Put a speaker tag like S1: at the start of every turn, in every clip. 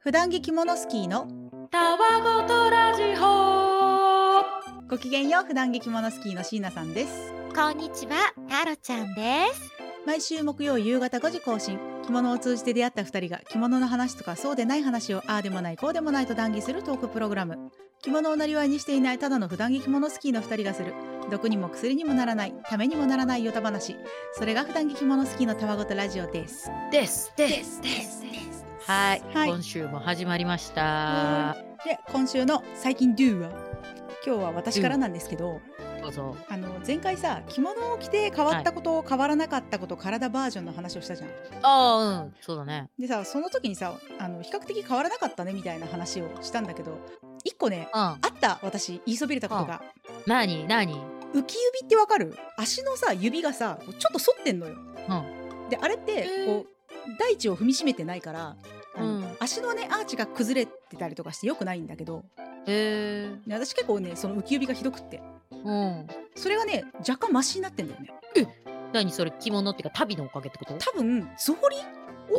S1: 普段着着物スキーの
S2: たわごとラジオ
S1: ごきげんよう普段着着物スキーの椎名さんです
S3: こんにちは、タロちゃんです。
S1: 毎週木曜夕方5時更新着物を通じて出会った2人が着物の話とかそうでない話をああでもないこうでもないと談義するトークプログラム着物をなりわいにしていないただの普段着着物スキーの2人がする毒にも薬にもならないためにもならないヨタ話それが普段着着物スキーのたわごとラジオです
S2: ですです
S3: すですです。
S2: はい、
S1: はい
S2: 今週も始まりました
S1: で今週の最近 Do は今日は私からなんですけど、
S2: どうぞ
S1: あの前回さ着物を着て変わったこと、変わらなかったこと体バージョンの話をしたじゃん。
S2: ああうんそうだね
S1: でさその時にさあの比較的変わらなかったねみたいな話をしたんだけど一個ね
S2: うん
S1: あった私言いそびれたことが
S2: なになに
S1: 浮き指ってわかる足のさ指がさこうちょっと反ってんのよ。であれって
S2: へー
S1: こう大地を踏みしめてないから。あの
S2: うん
S1: 足のねアーチが崩れてたりとかしてよくないんだけど
S2: へえ
S1: で私結構ねその浮き指がひどくって
S2: うん
S1: それがね若干マシになってんだよね
S2: 何それ着物っていうか旅のおかげってこと
S1: 多分草履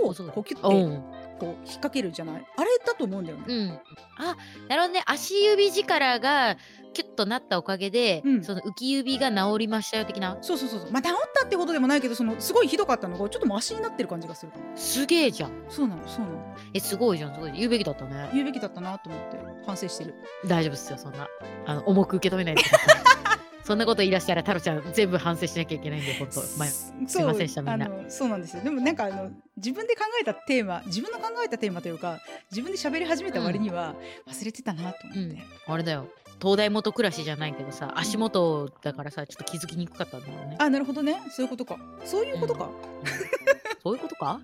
S1: を
S2: そうだ
S1: こうキュッ
S2: う
S1: て
S2: ん
S1: こう引っ掛けるじゃないあれだと思うんだよね、
S2: うんあなるほどね足指力がキュッとなったおかげで、
S1: うん
S2: その浮き指が治りましたよ的な
S1: そうそうそうそうまあ治ったってことでもないけどそのすごいひどかったのがちょっとマシになってる感じがする
S2: すげえじゃん
S1: そうなのそうなの
S2: えすごいじゃんすごい言うべきだったね
S1: 言うべきだったなと思って反省してる
S2: 大丈夫っすよそんなあの重く受け止めな いでくださいそんなこと言い出したら太郎ちゃん全部反省しなきゃいけないんで本当前
S1: す
S2: すいませんでしたみんな
S1: あのそうなんですよでもなんかあの自分で考えたテーマ自分の考えたテーマというか自分で喋り始めた割には忘れてたなと思って、
S2: うんあれだよ東大元暮らしじゃないけどさ足元だからさちょっと気づきにくかったんだろうね
S1: あなるほどねそういうことかそういうことか、
S2: そういうことか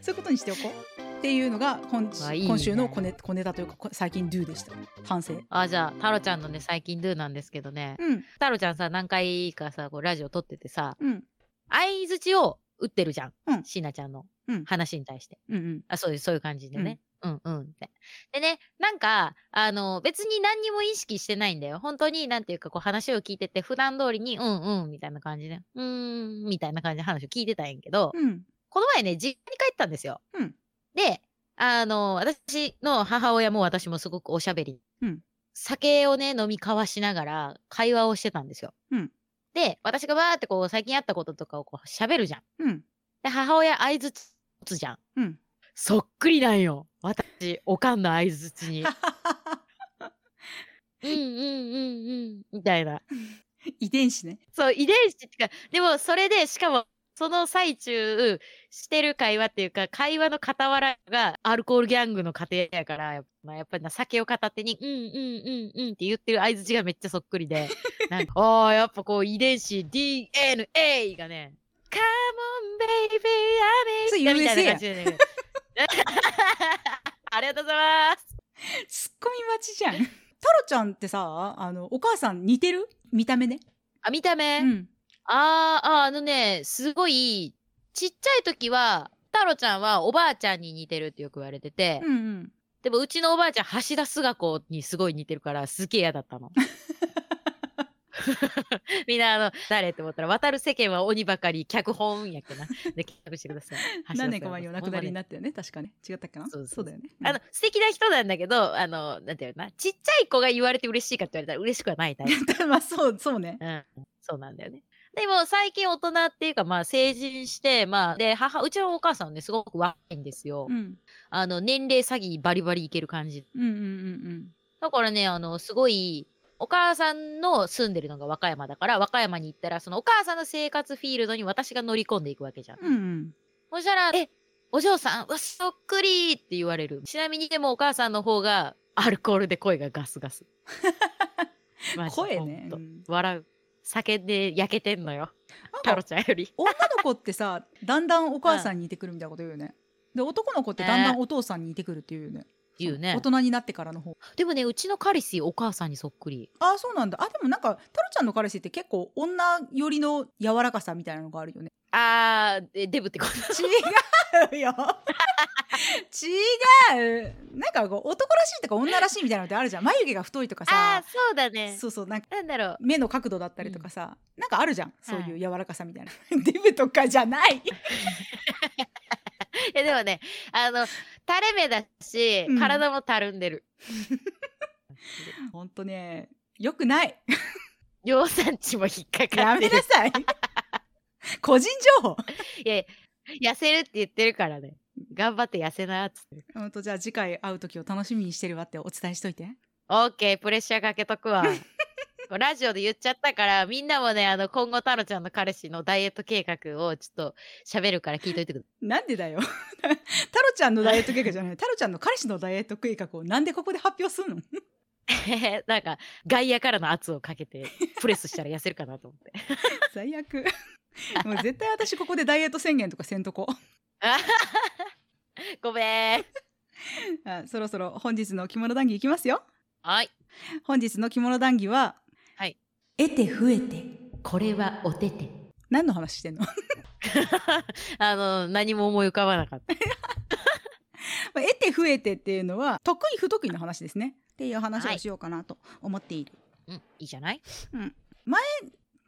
S1: そういうことにしておこうっていうのが今
S2: わあいいね
S1: 今週の小ネ小ネタというかこ最近 do でした反省
S2: あじゃあ太郎ちゃんのね最近 do なんですけどね
S1: うん
S2: 太郎ちゃんさ何回かさこうラジオ撮っててさ
S1: うん
S2: 相づちを打ってるじゃん、
S1: うん
S2: しなちゃんの
S1: うん
S2: 話に対して、
S1: うんうん
S2: あそういうそういう感じでね、うん、うんってでねなんかあの別に何にも意識してないんだよ本当になんていうかこう話を聞いてて普段通りにうんうんみたいな感じでうーんみたいな感じで話を聞いてたんやけど、
S1: うん
S2: この前ね、実家に帰ったんですよ。
S1: うん
S2: で、あの、私の母親も私もすごくおしゃべり。
S1: うん
S2: 酒をね、飲み交わしながら会話をしてたんですよ。
S1: うん
S2: で、私がわーってこう、最近あったこととかをこう、喋るじゃん。
S1: うん
S2: で、母親相づつじゃん。
S1: うん
S2: そっくりなんよ。私、おかんの相づち に。うんうんうんうん。みたいな。
S1: 遺伝子ね。
S2: そう、遺伝子っていうか、でもそれで、しかも、その最中、してる会話っていうか、会話の傍らがアルコールギャングの過程やから、やっぱまあやっぱりな、酒を片手に、うんうんうんうんって言ってる相づちがめっちゃそっくりで、なんか、ああ、やっぱこう遺伝子 DNA がね、カ
S1: そ
S2: モンベイビーアメリカみたいな感じでね。 ありがとうございます。
S1: ツッコミ待ちじゃん。タロちゃんってさ、あのお母さん似てる見た目ね。
S2: あ、見た目、
S1: うん。
S2: あーあー、あのね、すごい、ちっちゃい時は、太郎ちゃんはおばあちゃんに似てるってよく言われてて、
S1: うん うん。
S2: でもうちのおばあちゃん、橋田壽賀子にすごい似てるから、すげえ嫌だっ たの。みんな、あの、誰って思ったら、渡る世間は鬼ばかり、脚本やっけな。で、脚本してください。橋田壽賀子
S1: 何年か前にお亡くなりに
S2: も
S1: な
S2: うね
S1: ったよね。確かね。違ったっけな。
S2: そうそう
S1: だよね。
S2: あの、素敵な人なんだけど、あの、なんていうのかな、ちっちゃい子が言われて嬉しいかって言われたら嬉しくはないタイプ。
S1: うん まあそうそうね。
S2: うん、そうなんだよね。でも最近大人っていうかまあ成人してまあで母うちのお母さんはねすごく若いんですよ、
S1: うん
S2: あの年齢詐欺バリバリいける感じ
S1: うんうんうん
S2: だからねあのすごいお母さんの住んでるのが和歌山だから和歌山に行ったらそのお母さんの生活フィールドに私が乗り込んでいくわけじゃん、
S1: うん。うんうん。
S2: そしたら「えお嬢さんうわそっくり!」って言われるちなみにでもお母さんの方がアルコールで声がガス ガスマジで
S1: 声
S2: ほ
S1: ね
S2: ん。と
S1: うん
S2: 笑う酒で焼けてんのよ
S1: な
S2: タ
S1: ん
S2: ロ
S1: か
S2: ちゃんより。
S1: 女の子ってさ、だんだんお母さんに似てくるみたいなこと言うよね。で男の子ってだんだんお父さんに似てくるっていうよね。
S2: 言うね
S1: 大。人になってからの方。
S2: でもね、うちの彼氏、お母さんにそっくり。
S1: ああそうなんだ。あでもなんかタロちゃんの彼氏って結構女寄りの柔らかさみたいなのがあるよね。
S2: あー、えデブってこと
S1: 違うよ違うなんかこう男らしいとか女らしいみたいなのってあるじゃん眉毛が太いとか
S2: あ
S1: さ
S2: ー、そうだね。
S1: そうそうなんか
S2: なんだろう。
S1: 目の角度だったりとかさ、なんかあるじゃんそうい
S2: は
S1: う柔らかさみたいな、デブとかじゃない
S2: いや、でもね、あの、垂れ目だし
S1: うん、
S2: 体もたるんでる。
S1: ほんとね、よくない。
S2: 量、産地も引っかか
S1: や
S2: って
S1: め
S2: る。
S1: なさい。個人情報。
S2: いやいや痩せるって言ってるからね。頑張って痩せなっつってる。
S1: ほんとじゃあ次回会う時を楽しみにしてるわってお伝えしといて。
S2: オッケー、プレッシャーかけとく わ。ラジオで言っちゃったから、みんなもね、あの、今後太郎ちゃんの彼氏のダイエット計画をちょっと喋るから聞いといてください。
S1: なんでだよ。 タロちゃんのダイエット計画じゃない。タロちゃんの彼氏のダイエット計画をなんでここで発表するの
S2: なんか外野からの圧をかけてプレスしたら痩せるかなと思って
S1: 最悪。 もう絶対私ここでダイエット宣言とかせんとこ。
S2: ごめん
S1: あそろそろ本日の着物談義いきますよ。
S2: はい
S1: 本日の着物談義は、
S2: はい
S1: 得て増えて。
S2: これはおてて
S1: 何の話してんの ま
S2: あの何も思い浮かばなかった
S1: あ得て増えてっていうのは、得意不得意の話ですね。っていう話をしようかなと思っている。
S2: うんいいじゃない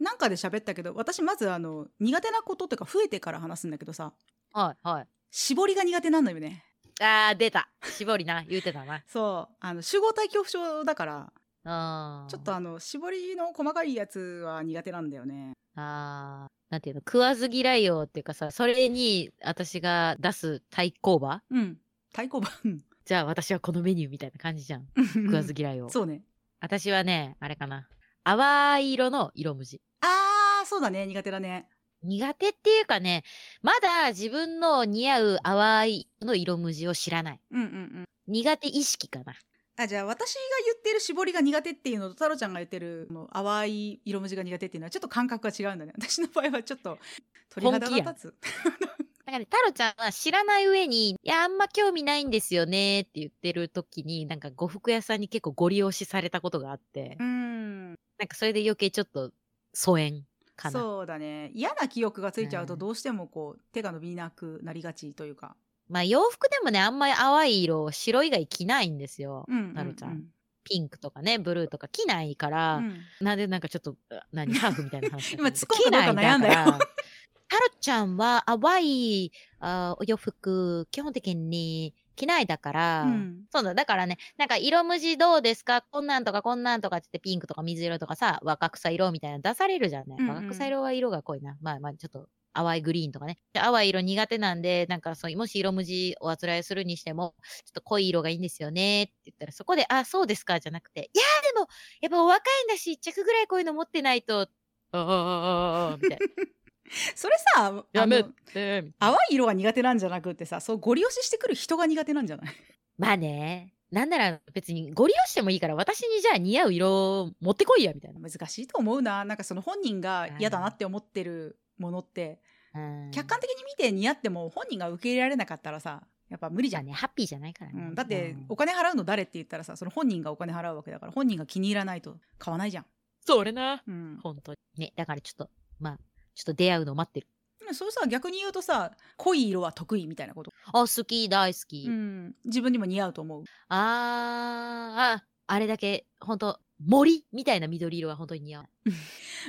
S1: なんかで喋ったけど、私まずあの、苦手なことっていうか増えてから話すんだけどさ、
S2: はいはい
S1: 絞りが苦手なんだよね。
S2: あー出た絞りな言うてたな
S1: そう。あの、集合体恐怖症だから、
S2: あー
S1: ちょっとあの、絞りの細かいやつは苦手なんだよね。
S2: あーなんていうの食わず嫌いよっていうかさそれに私が出す対抗馬
S1: うん。対抗馬。うん
S2: じゃあ私はこのメニューみたいな感じじゃん食わず嫌いを、
S1: そうね。
S2: 私はねあれかな淡い色の色無地
S1: あー、そうだね。苦手だね。
S2: 苦手っていうかね、まだ自分の似合う淡いの色無地を知らない。
S1: うんうんうん。
S2: 苦手意識かな。
S1: あ、じゃあ私が言ってる絞りが苦手っていうのと、太郎ちゃんが言ってる、この淡い色文字が苦手っていうのは、ちょっと感覚が違うんだね。私の場合はちょっと、鳥肌が立つ。
S2: だから、ね、太郎ちゃんは知らない上に、いや、あんま興味ないんですよねって言ってる時に、なんか呉服屋さんに結構ご利用しされたことがあって、
S1: うん。
S2: なんかそれで余計ちょっと疎遠かな。
S1: そうだね。嫌な記憶がついちゃうと、
S2: うん
S1: どうしてもこう、手が伸びなくなりがちというか。
S2: まあ洋服でもね、あんまり淡い色、白以外着ないんですよ。
S1: うんうん、うん。
S2: 太郎ちゃん。ピンクとかね、ブルーとか着ないから、
S1: うん
S2: なんでなんかちょっと、あ何、ハーフみたいな話。
S1: 今突っ込んだかどうか悩んだよ
S2: 着ないから。タロちゃんは淡いあお洋服、基本的に着ないだから、
S1: うん。
S2: そうだ、だからね、なんか色無地どうですかこんなんとかこんなんとかって言ってピンクとか水色とかさ、若草色みたいなの出されるじゃんね。
S1: うんうん
S2: 若草色は色が濃いな。まあまあちょっと淡いグリーンとかね。で淡い色苦手なんで、なんかそう、もし色無地おあつらえするにしても、ちょっと濃い色がいいんですよねって言ったら、そこで、あ、そうですかじゃなくて、いやーでも、やっぱお若いんだし、一着ぐらいこういうの持ってないと、あーあーあーあーみたいな。
S1: それさ、
S2: やめ
S1: あの
S2: てみたいな
S1: 淡い色が苦手なんじゃなくってさ、そう、ご利用ししてくる人が苦手なんじゃない
S2: まあね。なんなら別にご利用してもいいから私にじゃあ似合う色を持ってこいやみたいな。
S1: 難しいと思うな。なんかその本人が嫌だなって思ってるものって、
S2: うん
S1: 客観的に見て似合っても本人が受け入れられなかったらさ、やっぱ無理じ
S2: じゃ
S1: ゃ
S2: あ
S1: ん。
S2: ね、ハッピーじゃないから
S1: う
S2: ね。
S1: ん、だって
S2: うん
S1: お金払うの誰って言ったらさその本人がお金払うわけだから本人が気に入らないと買わないじゃん、
S2: それな。
S1: うん、
S2: 本当に。ね、だからちょっと、まあ、ちょっと出会うの待ってる。
S1: そうさ逆に言うとさ濃い色は得意みたいなこと、
S2: あ、好き、大好き。
S1: うん、自分にも似合うと思う
S2: あー、あ、あれだけ、本当森みたいな緑色は本当に似合う。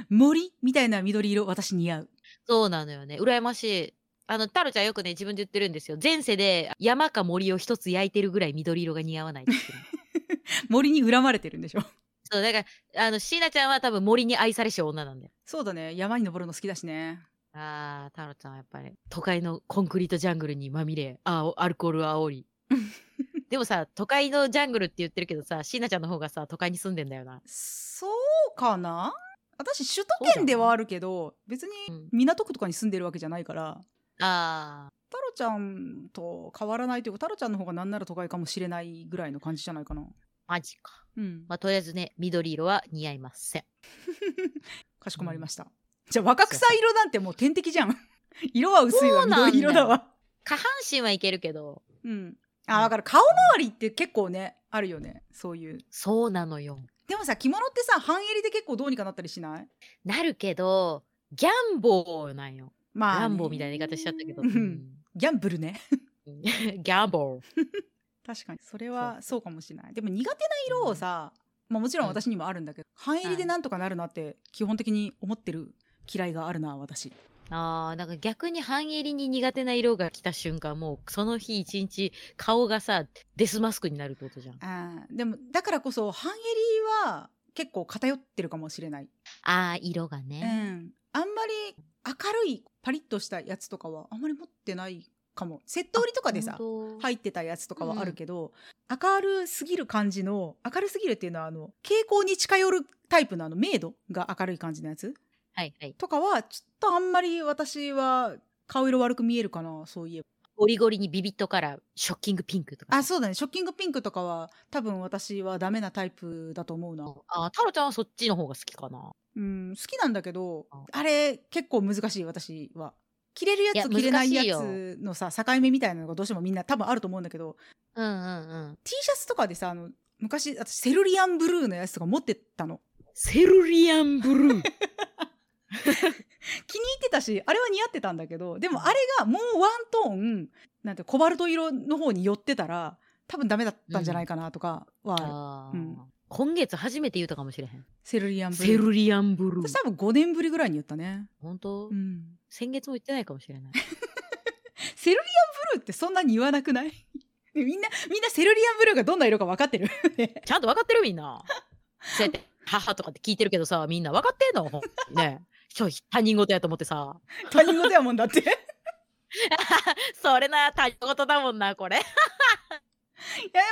S1: 森みたいな緑色私似合う
S2: そうなのよね。羨ましい。あの、タロちゃんよくね、自分で言ってるんですよ。前世で山か森を一つ焼いてるぐらい緑色が似合わな いって言ってる。
S1: 森に恨まれてるんでしょ
S2: そう、だから、あの、椎名ちゃんは多分森に愛されし女なんだよ。
S1: そうだね山に登るの好きだしね
S2: あー、タロちゃんはやっぱり、都会のコンクリートジャングルにまみれ、あおアルコール 煽り。でもさ、都会のジャングルって言ってるけどさ、椎名ちゃんの方がさ、都会に住んでんだよな。
S1: そうかな私首都圏ではあるけど別に
S2: うん
S1: 港区とかに住んでるわけじゃないから
S2: あ
S1: 太郎ちゃんと変わらないというか太郎ちゃんの方がなんなら都会かもしれないぐらいの感じじゃないかな
S2: ー、マジか。
S1: うん、
S2: まあ、とりあえずね、緑色は似合いません。
S1: かしこまりました、じゃあ若草色なんてもう天敵じゃん 色は薄いわ
S2: そうなんだよ
S1: 緑色だわ
S2: 下半身はいけるけど、
S1: うんあだから顔周りって結構ねあるよねそういう
S2: そうなのよ。
S1: でもさ着物ってさ半襟で結構どうにかなったりしない
S2: なるけど、ギャンボーなんよ。ギ
S1: まあね、
S2: ャンボーみたいな言い方しちゃった けど。
S1: うんギャンブルね
S2: うんギャンボー。
S1: 確かにそれはそうかもしれないでも苦手な色をさ、まあ、もちろん私にもあるんだけど、半襟でなんとかなるなって基本的に思ってる嫌いがあるな私
S2: あーなんか逆に半襟に苦手な色が来た瞬間もうその日一日顔がさデスマスクになるってことじゃん
S1: あーでもだからこそ半襟は結構偏ってるかもしれない、
S2: あー色が
S1: う
S2: ね、
S1: ん、あんまり明るいパリッとしたやつとかはあんまり持ってないかもセット売りとかでさ
S2: 本当
S1: 入ってたやつとかはあるけど、明るすぎる感じの明るすぎるっていうのはあの傾向に近寄るタイプのあの明度が明るい感じのやつ
S2: はいはい
S1: とかはちょっとあんまり私は顔色悪く見えるかなそういえば
S2: ゴリゴリにビビットカラーショッキングピンクとか
S1: あそうだねショッキングピンクとかは多分私はダメなタイプだと思うな
S2: あータロちゃんはそっちの方が好きかな
S1: うん好きなんだけど
S2: あ
S1: あれ結構難しい私は着れるやつ
S2: いや
S1: 着れない
S2: 難しい
S1: や
S2: よ
S1: つのさ境目みたいなのがどうしてもみんな多分あると思うんだけど
S2: うんうんうん
S1: T シャツとかでさあの昔私セルリアンブルーのやつとか持ってたの
S2: セルリアンブルー
S1: 気に入ってたしあれは似合ってたんだけどでもあれがもうワントーンなんてコバルト色の方に寄ってたら多分ダメだったんじゃないかなとかはある、
S2: あ
S1: う
S2: ー、
S1: ん
S2: 今月初めて言うたかもしれへん
S1: セルリアンブルー
S2: セルリアンブルー
S1: 私多分5年ぶりぐらいに言ったね、
S2: 本当、
S1: うん、
S2: 先月も言ってないかもしれない
S1: セルリアンブルーってそんなに言わなくない みんなみんなセルリアンブルーがどんな色か分かって るね
S2: ちゃんと分かってるみんな。 そうやって、母とかって聞いてるけどさ、みんな分かってんのほんとにね。ちょ、他人事やと思ってさ。
S1: 他人事やもんだって い
S2: それな、他人事だもんな、これ。
S1: やで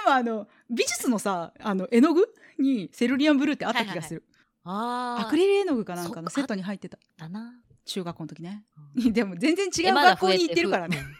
S1: もあの美術のさあの絵の具にセルリアンブルーってあった気がする、
S2: あ あ。
S1: アクリル絵の具かなんかの
S2: そ
S1: セ
S2: っか
S1: ットに入ってた
S2: だな。
S1: 中学校の時ね
S2: う ん
S1: でも全然違
S2: え
S1: う
S2: まだ
S1: 学校に行ってるからね
S2: 増えてるうん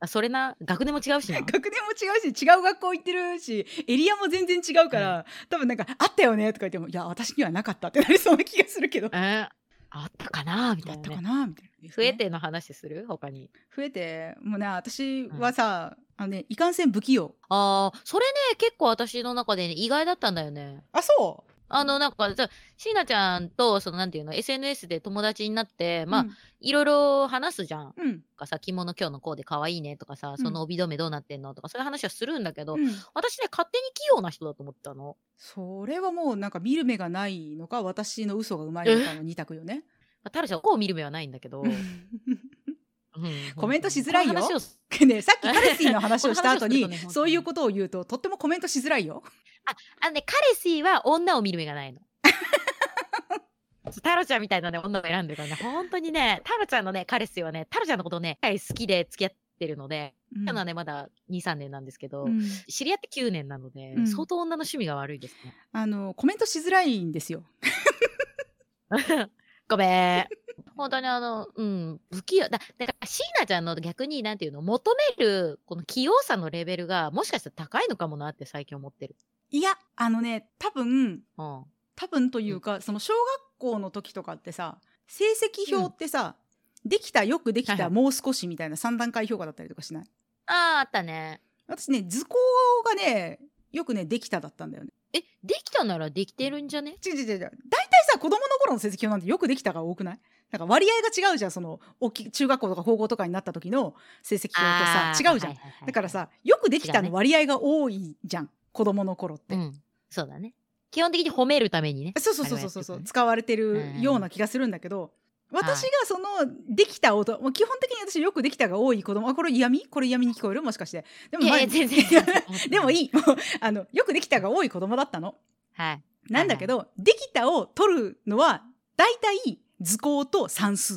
S2: あそれな、学年も違うし な。
S1: 学年も違うし違う学校行ってるしエリアも全然違うから、多分なんか「あったよね」とか言っても「いや私にはなかった」ってなりそうな気がするけ ど、
S2: えーあったかなみた
S1: だ
S2: い
S1: っ
S2: な
S1: た
S2: ね、
S1: かなみたいな、
S2: 増えての話する他に。
S1: 増えてもうね私はさ、あのねいかんせん不器用
S2: ああ、それね、結構私の中でね、意外だったんだよね。
S1: あそう
S2: あの、なんか、じゃあ椎名ちゃんと、その、なんていうの、SNS で友達になって、まあ、いろいろ話すじゃん。
S1: うん
S2: とかさ着物今日のコーデ可愛いねとかさ
S1: ん
S2: その帯留めどうなってんのとかそういう話はするんだけど、
S1: うん、うん
S2: 私ね勝手に器用な人だと思ってたの
S1: それはもうなんか見る目がないのか私の嘘がうまいのかの二択よね
S2: まあタルちゃんこう見る目はないんだけど、うん
S1: コメントしづらいよ
S2: この話を
S1: ねえさっきカレシーの話をした後に
S2: この話をするとね本当に
S1: そういうことを言うととってもコメントしづらいよ
S2: あのね彼氏は女を見る目がないの そうタロちゃんみたいなね女を選んでるからね本当にねタロちゃんのね彼氏はねタロちゃんのことをね彼好きで付き合ってるので、
S1: うん
S2: 彼はねまだ23年なんですけど、
S1: うん
S2: 知り合って9年なので、
S1: うん
S2: 相当女の趣味が悪いですね
S1: あのコメントしづらいんですよ
S2: ごめん。本当にあの、うん、不器用。だ、だから、椎名ちゃんの逆に、なんていうの、求める、この器用さのレベルが、もしかしたら高いのかもなって最近思ってる。
S1: いやあのね多分
S2: うん。
S1: 多分というか、その小学校の時とかってさ成績表ってさ、できたよくできた、
S2: はいはい
S1: もう少しみたいな3段階評価だったりとかしない
S2: ああ、あったね。
S1: 私ね図工がねよくねできただったんだよね
S2: え、できたならできてるんじゃね
S1: 違う違う違う違う大体さ子供の頃の成績表なんてよくできたが多くないなんか割合が違うじゃんその大き中学校とか高校とかになった時の成績表とさ
S2: あー
S1: 違うじゃん、
S2: はいはいはいはい
S1: だから、さよくできた
S2: 違
S1: の
S2: うね
S1: 割合が多いじゃん子供の頃って、
S2: うん。そうだね。基本的に褒めるためにね。
S1: そうそうそうそうそう
S2: あれはやってるね
S1: 使われてるような気がするんだけど、私がそのできた音もう基本的に私よくできたが多い子供あこれ嫌味これ嫌味に聞こえるもしかしてでも
S2: いやい
S1: 前
S2: や、 全然全然。
S1: でも
S2: い。
S1: いいもうあのよくできたが多い子供だったの
S2: はい。
S1: なんだけど、できたを取るのは大体図工と算数、
S2: へ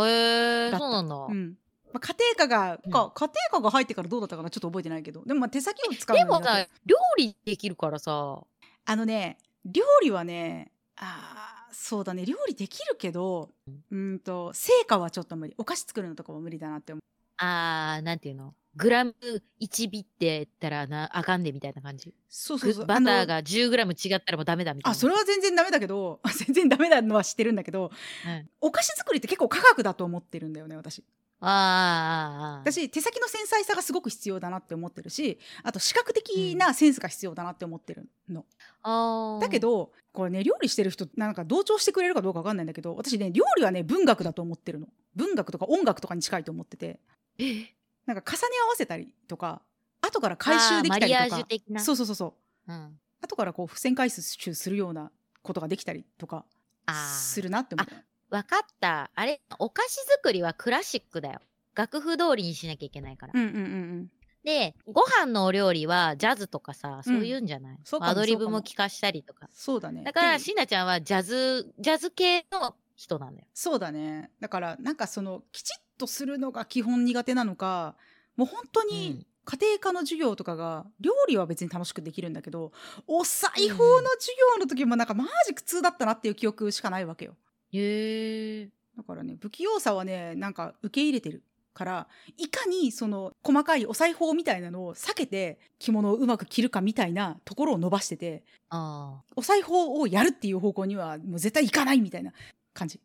S1: だ
S2: え
S1: った
S2: そうなんだ。
S1: うんまあ、家庭科が、
S2: うん
S1: か家庭科が入ってからどうだったかなちょっと覚えてないけどでもまあ手先を使う
S2: で
S1: の
S2: も
S1: に
S2: さ、料理できるからさ、
S1: あのね料理はねあーそうだね料理できるけどうんと成果はちょっと無理お菓子作るのとかも無理だなって思う
S2: あー、なんていうのグラム1ビって言ったらな、あかんでみたいな感じ。
S1: そうそう
S2: ぐ
S1: そう
S2: バター
S1: あの
S2: が10グラム違ったらもうダメだみたいな。
S1: あそれは全然ダメだけど 全然ダメなのは知ってるんだけど、
S2: うん
S1: お菓子作りって結構科学だと思ってるんだよね私
S2: あーあーあー。
S1: 私手先の繊細さがすごく必要だなって思ってるしあと視覚的なセンスが必要だなって思ってるの、
S2: あー
S1: だけ、どこれね料理してる人なんか同調してくれるかどうかわかんないんだけど私ね料理はね文学だと思ってるの文学とか音楽とかに近いと思ってて
S2: え
S1: なんか重ね合わせたりとか後から回収できたり
S2: あーマリ
S1: と
S2: アージ
S1: か
S2: ュ的な。
S1: そうそうそうそう
S2: うん。
S1: 後からこう付箋回収するようなことができたりとか
S2: あー
S1: するなって思った
S2: わかった。あれ、お菓子作りはクラシックだよ。楽譜通りにしなきゃいけないから。
S1: うんうんうんうん。
S2: で、ご飯のお料理はジャズとかさ、そういうんじゃない、
S1: そうかも
S2: アドリブ
S1: そうかも
S2: も聞かしたりとか。
S1: そうだね。
S2: だから、
S1: で
S2: しなちゃんはジャズ、ジャズ系の人なんだよ。
S1: そうだね。だから、なんかその、きちっとするのが基本苦手なのか、もう本当
S2: う
S1: に
S2: ん
S1: 家庭科の授業とかが、料理は別に楽しくできるんだけど、お裁縫の授業の時もなんかマジ苦痛だったなっていう記憶しかないわけよ。
S2: へえ。
S1: だからね、不器用さはね、なんか受け入れてるから、いかにその細かいお裁縫みたいなのを避けて着物をうまく着るかみたいなところを伸ばしてて、
S2: あ
S1: お裁縫をやるっていう方向にはもう絶対行かないみたいな感じ。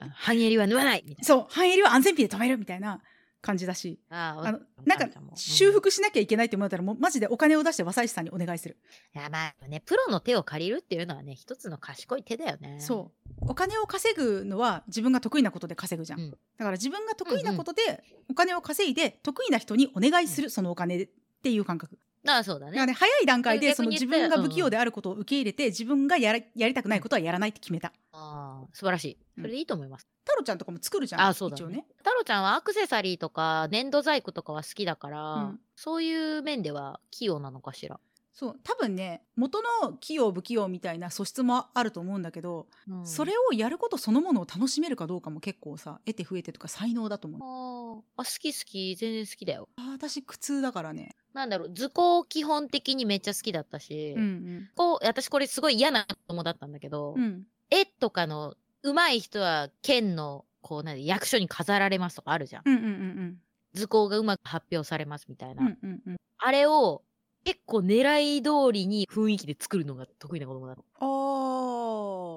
S2: あ。半襟は縫わないみたい
S1: そう、半襟は安全ピンで止めるみたいな感じだし、
S2: な。あー
S1: あの、なんか修。復しなきゃいけないって思ったら、もうマジでお金を出して和裁師さんにお願いする。
S2: うんいや、まあね、プロの手を借りるっていうのはね、一つの賢い手だよね。
S1: そう。お金を稼ぐのは自分が得意なことで稼ぐじゃん。
S2: うん
S1: だから自分が得意なことでお金を稼いで、得意な人にお願いする、そのお金っていう感覚。
S2: ああ、そうだ
S1: だから
S2: ね。
S1: ね、早い段階で、
S2: 逆
S1: その
S2: に言
S1: 自
S2: って
S1: 分が不器用であることを受け入れて、自分がやらやりたくないことはやらないって決めた。
S2: ああ、素晴らしい。それでいいと思います。
S1: 太郎ちゃんとかも作るじゃん。
S2: あそうだ
S1: 一
S2: ね
S1: 応ね。
S2: 太郎ちゃんはアクセサリーとか粘土細工とかは好きだから、
S1: うん
S2: そういう面では器用なのかしら。
S1: そう。多分ね、元の器用不器用みたいな素質もあると思うんだけど、
S2: うん
S1: それをやることそのものを楽しめるかどうかも結構さ得て増えてとか才能だと思う
S2: あーあ好き好き全然好きだよ。
S1: あー私苦痛だからね
S2: なんだろう図工基本的にめっちゃ好きだったし、
S1: うん
S2: こう私これすごい嫌な子供だったんだけど、
S1: うんうん
S2: 絵とかの上手い人は県のこうなん役所に飾られますとかあるじゃん。
S1: うんうんうん
S2: 図工がうまく発表されますみたいな。
S1: うんうんうんうん
S2: あれを結構狙い通りに雰囲気で作るのが得意な子供だった。
S1: あ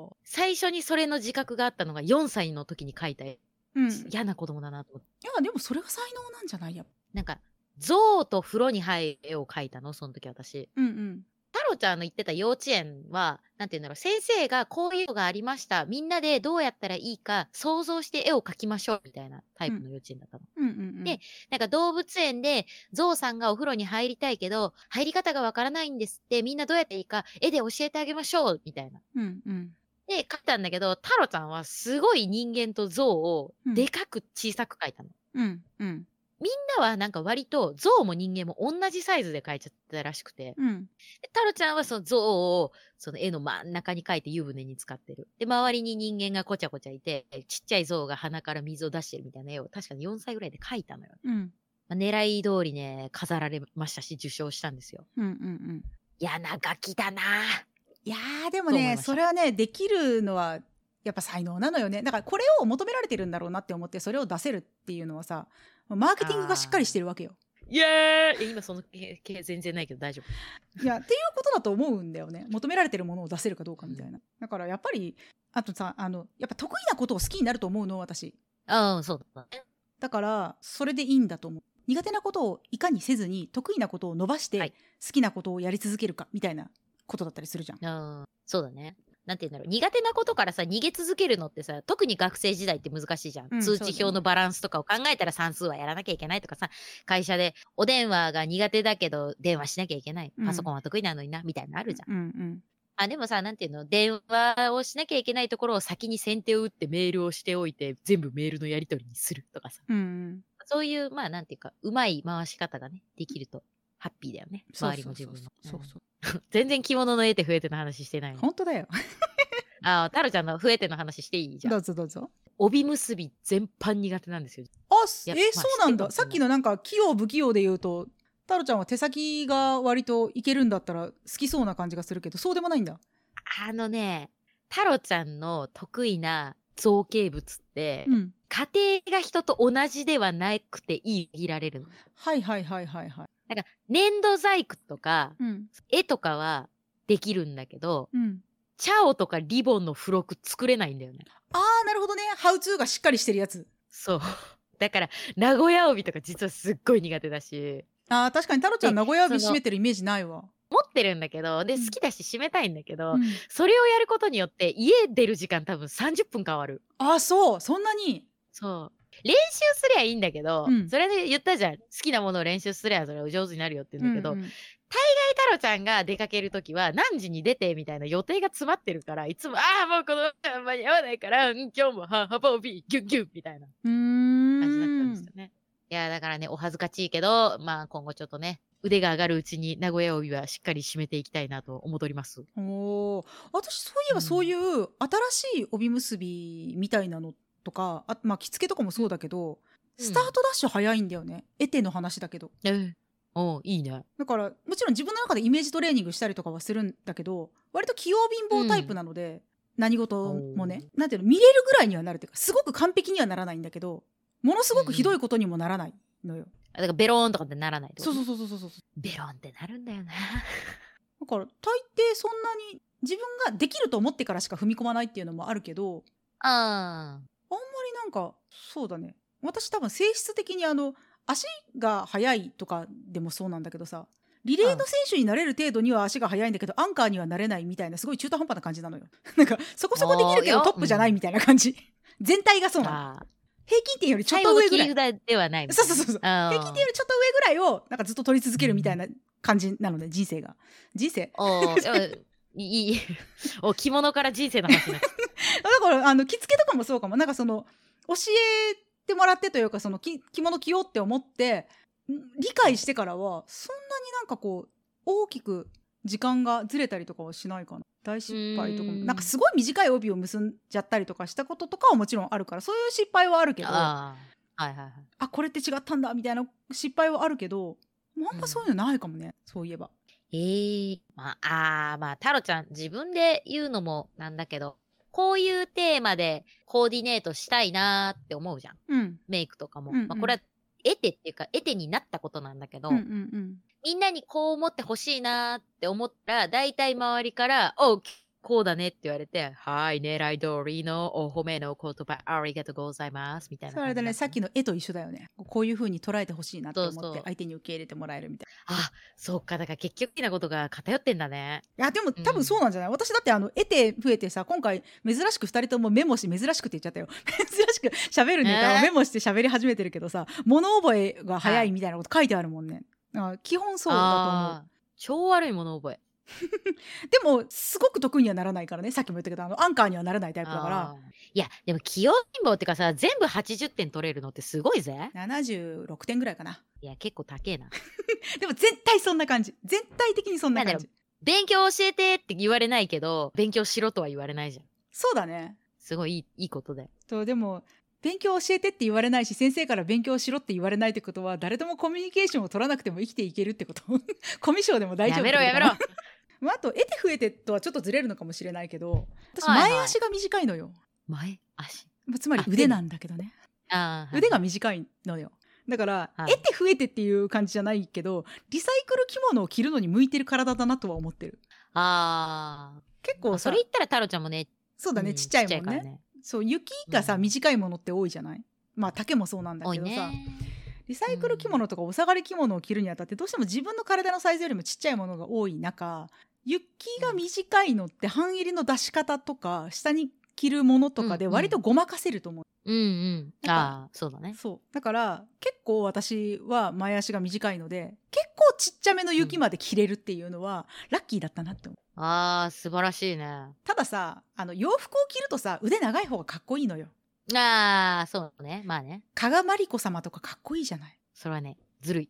S1: ー
S2: 最初にそれの自覚があったのが4歳の時に描いた絵。
S1: うんい
S2: 嫌な子供だなと思って。
S1: やでもそれが才能なんじゃないやっぱ
S2: なんか、象と風呂に入る絵を描いたの、その時私。
S1: うんうん
S2: 太郎ちゃんの言ってた幼稚園は、なんて言うんだろう、先生がこういうのがありました。みんなでどうやったらいいか想像して絵を描きましょう、みたいなタイプの幼稚園だったの。
S1: うんうんうん
S2: でなんか動物園で象さんがお風呂に入りたいけど、入り方がわからないんですって、みんなどうやっていいか絵で教えてあげましょう、みたいな。
S1: うんうん
S2: で、描いたんだけど、太郎ちゃんはすごい人間と象を
S1: うん
S2: でかく小さく描いたの。
S1: うんうん
S2: みんなはなんか割と象も人間も同じサイズで描いちゃったらしくて、
S1: うん
S2: でタロちゃんはその象をその絵の真ん中に描いて湯船に使ってる。で、周りに人間がこちゃこちゃいて、ちっちゃい象が鼻から水を出してるみたいな絵を確かに4歳ぐらいで描いたのよ。
S1: うん
S2: まあ、狙い通りね、飾られましたし、受賞したんですよ。
S1: うんうんうん
S2: 嫌なガキだなぁ
S1: いやーでも
S2: そう思い
S1: ね
S2: ました
S1: それはねできるのはやっぱ才能なのよねだからこれを求められてるんだろうなって思ってそれを出せるっていうのはさマーケティングがしっかりしてるわけよ
S2: イエーイいや今その系系全然ないけど大丈夫。
S1: いやっていうことだと思うんだよ ね求められてるものを出せるかどうかみたいなだからやっぱりあとさあのやっぱ得意なことを好きになると思うの私
S2: うん、そうだね。
S1: だからそれでいいんだと思う苦手なことをいかにせずに得意なことを伸ばして、
S2: はい
S1: 好きなことをやり続けるかみたいなことだったりするじゃん
S2: うん、そうだね。なんて言うんだろう。苦手なことからさ、逃げ続けるのってさ、特に学生時代って難しいじゃん。
S1: うん
S2: 通
S1: そうだ
S2: 知
S1: ね
S2: 表のバランスとかを考えたら算数はやらなきゃいけないとかさ、会社でお電話が苦手だけど電話しなきゃいけない。パソコンは得意なのにな、みたいなのあるじゃん。
S1: うんうん
S2: あ、でもさ、なんていうの、電話をしなきゃいけないところを先に先手を打ってメールをしておいて、全部メールのやり取りにするとかさ。
S1: うんうん
S2: そういう、まあなんていうか、うまい回し方がね、できると。ハッピーだよね。
S1: そう
S2: 周り
S1: そ
S2: も
S1: う
S2: 自
S1: そう
S2: 分も。
S1: そう
S2: うん
S1: そう
S2: 全然着物の得手増えての話してないの。
S1: 本当だよ
S2: ああ、タロちゃんの増えての話していいじ ゃ
S1: ど
S2: ん。
S1: うぞどうぞ
S2: 帯結び全般苦手なんですよ。
S1: あすえ
S2: や
S1: ー
S2: まあ
S1: そうなんだ
S2: して
S1: さ
S2: る
S1: っき
S2: のかな
S1: のなんか器用不器用で言うと太郎ちゃんは手先が割といけるんだったら好きそうな感じがするけどそうでもないんだ
S2: あのね、タロちゃんの得意な造形物って、
S1: うん
S2: 家庭が人と同じではなくていい、いられるの。
S1: はいはいはいはいはい。
S2: 粘土細工とか、
S1: うん。
S2: 絵とかはできるんだけど、
S1: うん。
S2: チャオとかリボンの付録作れないんだよね。
S1: ああ、なるほどね。ハウツーがしっかりしてるやつ。
S2: そう。 だから、名古屋帯とか実はすっごい苦手だし、
S1: ああ、確かに太郎ちゃん名古屋帯
S2: その
S1: 閉めてるイメージないわ。
S2: 持ってるんだけど、で、
S1: うん
S2: 好きだし締めたいんだけど、
S1: うん
S2: それをやることによって家出る時間多分30分変わる。
S1: ああ、そう。そんなに。
S2: そう。練習すりゃいいんだけど、
S1: うん
S2: それで言ったじゃん。好きなものを練習すりゃそれは上手になるよって言うんだけど、
S1: うんうん
S2: 太郎ちゃんが出かけるときは何時に出てみたいな予定が詰まってるから、いつも、ああ、もうこの間に合わないから、うん今日もハハポビーギュッギュッみたいな
S1: うー
S2: 感じだったんです
S1: ん
S2: よね。いやー、だからね、お恥ずかしいけど、まあ今後ちょっとね、腕が上がるうちに名古屋帯はしっかり締めていきたいなと思っております。
S1: おー私そういえ
S2: う
S1: ば
S2: ん
S1: そういう新しい帯結びみたいなのとかあまあ着付けとかもそうだけどスタートダッシュ早いんだよね、エテの話だけど
S2: うん。おういいね。
S1: だからもちろん自分の中でイメージトレーニングしたりとかはするんだけど割と器用貧乏タイプなので、何事もねなんていうの見れるぐらいにはなるというかすごく完璧にはならないんだけどものすごくひどいことにもならないのよ、
S2: あだからベローンとかってならないってこと
S1: そうそうそうそうそうそう
S2: ベローンってなるんだよな。
S1: だから大抵そんなに自分ができると思ってからしか踏み込まないっていうのもあるけど
S2: あ
S1: あんまりなんかそうだね私多分性質的にあの足が速いとかでもそうなんだけどさリレーの選手になれる程度には足が速いんだけどアンカーにはなれないみたいなすごい中途半端な感じなのよ なんかそこそこできるけ
S2: あーいや
S1: どトップじゃないみたいな感じ、 全体がそう
S2: あ。
S1: なの
S2: ああ。
S1: 平均点よりちょっ
S2: 最
S1: と
S2: 後の
S1: 上ぐ
S2: 切
S1: ら
S2: り
S1: い
S2: 札ではないみ
S1: そ
S2: たいうな。
S1: そうそうそう
S2: あ
S1: 平均点よりちょっと上ぐらいをなんかずっと取り続けるみたいな感じなので人生が人生
S2: おーでもい い。お、着物から人生の話になっちゃっ
S1: だからあの着付けとかもそうかもなんかその教えてもらってというかそのき着物着ようって思ってん理解してからはそんなになんかこう大きく時間がずれたりとかはしないかな大失敗とかも
S2: うーん
S1: なんかすごい短い帯を結んじゃったりとかしたこととかはもちろんある からそういう失敗はあるけど
S2: た。
S1: あ
S2: ああ。はいはいはい。
S1: これって違ったんだみたいな失敗はあるけどもうあんまそういうのないかもね、そういえば。
S2: ええまあ、あーまあ、太郎ちゃん、自分で言うのもなんだけど、こういうテーマでコーディネートしたいなーって思うじゃん。
S1: うん、
S2: メイクとかも。
S1: うんうん
S2: まあ、これは、得てっていうか、得てになったことなんだけど、
S1: うんうんうん
S2: みんなにこう思ってほしいなーって思ったら、大体周りから、おう、こうだねって言われて、はい、狙い通りのお褒めの言葉、ありがとうございます、みたいな
S1: それあれだねさっき
S2: の。
S1: の絵と一緒だよねこういう風に捉えてほしいなって
S2: そう
S1: 思っ
S2: そう
S1: て相手に受け入れてもらえるみたいな
S2: あ、そうか、だから結局的なことが偏ってんだね。
S1: いやでも
S2: うん
S1: 多分そうなんじゃない、私だってあの得て増えてさ今回珍しく2人ともメモして珍しくって言っちゃったよ 珍しく喋るネタ
S2: え
S1: を
S2: ー
S1: メモして喋り始めてるけどさ物覚えが早いみたいなこと書いてあるもんね、あ基本そうだ
S2: あー超悪いもの覚え。
S1: と思うでもすごく得意にはならないからねさっきも言ったけどあのアンカーにはならないタイプだ
S2: あ
S1: か
S2: ーいや、でも器用貧乏ってかさ、全部80点取れるのってすごいぜ。
S1: ら76点ぐらいかない
S2: や、結構高えな。
S1: でも絶対そんな感じ全体的にそんな感
S2: なんだ
S1: じ
S2: 勉強教えてって言われないけど、勉強しろとは言われないじゃん。
S1: そうだね
S2: すごいいいいいことだよ。
S1: とでも勉強教えてって言われないし先生から勉強しろって言われないってことは誰ともコミュニケーションを取らなくても生きていけるってこと コミュ障でも大丈夫
S2: やめろやめろ。
S1: ろあと得て増えてとはちょっとずれるのかもしれないけど私
S2: はいはい
S1: 前足が短いのよ、
S2: 前足。
S1: まあつまり
S2: あ
S1: 腕なんだけどね
S2: ああ。はい
S1: 腕が短いのよだから、
S2: はい
S1: 得て増えてっていう感じじゃないけどリサイクル着物を着るのに向いてる体だなとは思ってる
S2: あ
S1: 結
S2: あ。
S1: 構
S2: そ
S1: さ
S2: れ言ったら太郎ちゃんもね、
S1: そうだね、
S2: うん
S1: ちっちゃいもんね
S2: から
S1: そう雪がさ
S2: うん
S1: 短いものって多いじゃないまあ丈もそうなんだ
S2: 多
S1: け
S2: い
S1: どさ、
S2: ね。
S1: リサイクル着物とかお下がり着物を着るにあたってどうしても自分の体のサイズよりもちっちゃいものが多い中雪が短いのって半襟の出し方とか下に着るものとかで
S2: うんうん
S1: 割とごまかせると思う、
S2: うんうん。ああ、そうだね。
S1: そうだから結構私は前足が短いので結構ちっちゃめの雪まで着れるっていうのはラッキーだったなって思う
S2: ああ、素晴らしいね。あ
S1: たださあの洋服を着るとさ腕長い方がかっこいいのよ
S2: あ、そうね。まあね。
S1: 加賀まりこ様とかかっこいいじゃない
S2: それはね、ずるい。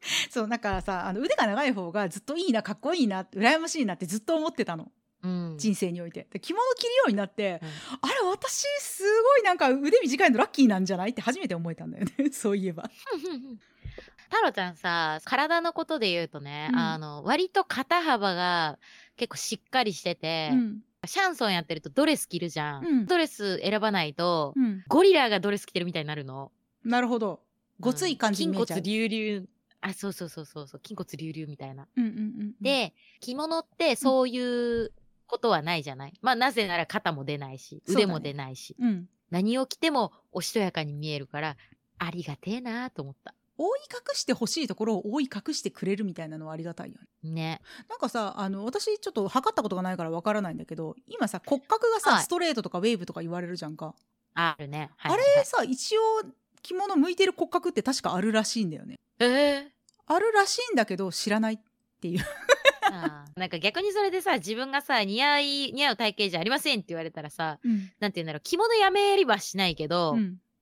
S1: そうだからさあの腕が長い方がずっといいなかっこいいな羨ましいなってずっと思ってたの
S2: うん。
S1: 人生においてで着物着るようになって、
S2: うん
S1: あれ私すごいなんか腕短いのラッキーなんじゃないって初めて思えたんだよ ねそういえば
S2: 太郎ちゃんさ、体のことで言うとね、
S1: うん
S2: あの、割と肩幅が結構しっかりしてて、
S1: うん
S2: シャンソンやってるとドレス着るじゃん。
S1: うん
S2: ドレス選ばないと、
S1: うん
S2: ゴリラがドレス着てるみたいになるの。
S1: なるほどごつい感じに
S2: うん
S1: 見えちゃう、
S2: 筋骨隆々。あ、そうそうそうそうそう、筋骨隆々みたいな。
S1: うんうんうん、
S2: で、着物ってそういうことはないじゃない、まあ、なぜなら肩も出ないし、
S1: そうだね
S2: 腕も出ないし、
S1: うん、
S2: 何を着てもおしとやかに見えるから、ありがてえなと思った。
S1: 覆い隠してほしいところを覆い隠してくれるみたいなのはありがたいよね
S2: ね。
S1: なんかさあの私ちょっと測ったことがないからわからないんだけど今さ骨格がさ、
S2: はい
S1: ストレートとかウェーブとか言われるじゃんか、
S2: あるね。は
S1: あ
S2: いはい
S1: れさ一応着物向いてる骨格って確かあるらしいんだよね
S2: はいえ
S1: あるらしいんだけど知らないっていう
S2: あーなんか逆にそれでさ、自分がさ、似合い、似合う体型じゃありませんって言われたらさ、
S1: うん、
S2: なんて言うんだろう、着物やめりはしないけど、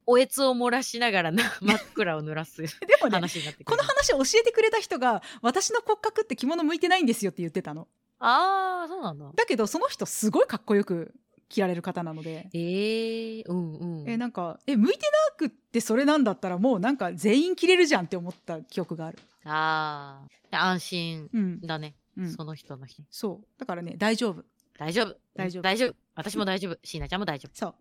S2: おえつを漏らしな がらな真っ暗を濡らす
S1: でもね
S2: 話になってく
S1: こ
S2: る。
S1: の話を教えてくれた人が私の骨格って着物向いてないんですよって言ってたの
S2: ああ、そうなんだ。
S1: だけどその人すごいかっこよく着られる方なので、
S2: ええうんうん。
S1: えなんかえ向いてなくってそれなんだったらもうなんか全員着れるじゃんって思った記憶がある
S2: ああ、安心
S1: うん、
S2: だね、
S1: うん、
S2: その人の日。
S1: そうだからね大丈夫
S2: 大丈夫。
S1: 大丈夫
S2: 大丈夫。私も大丈夫。椎名ちゃんも大丈夫。
S1: そ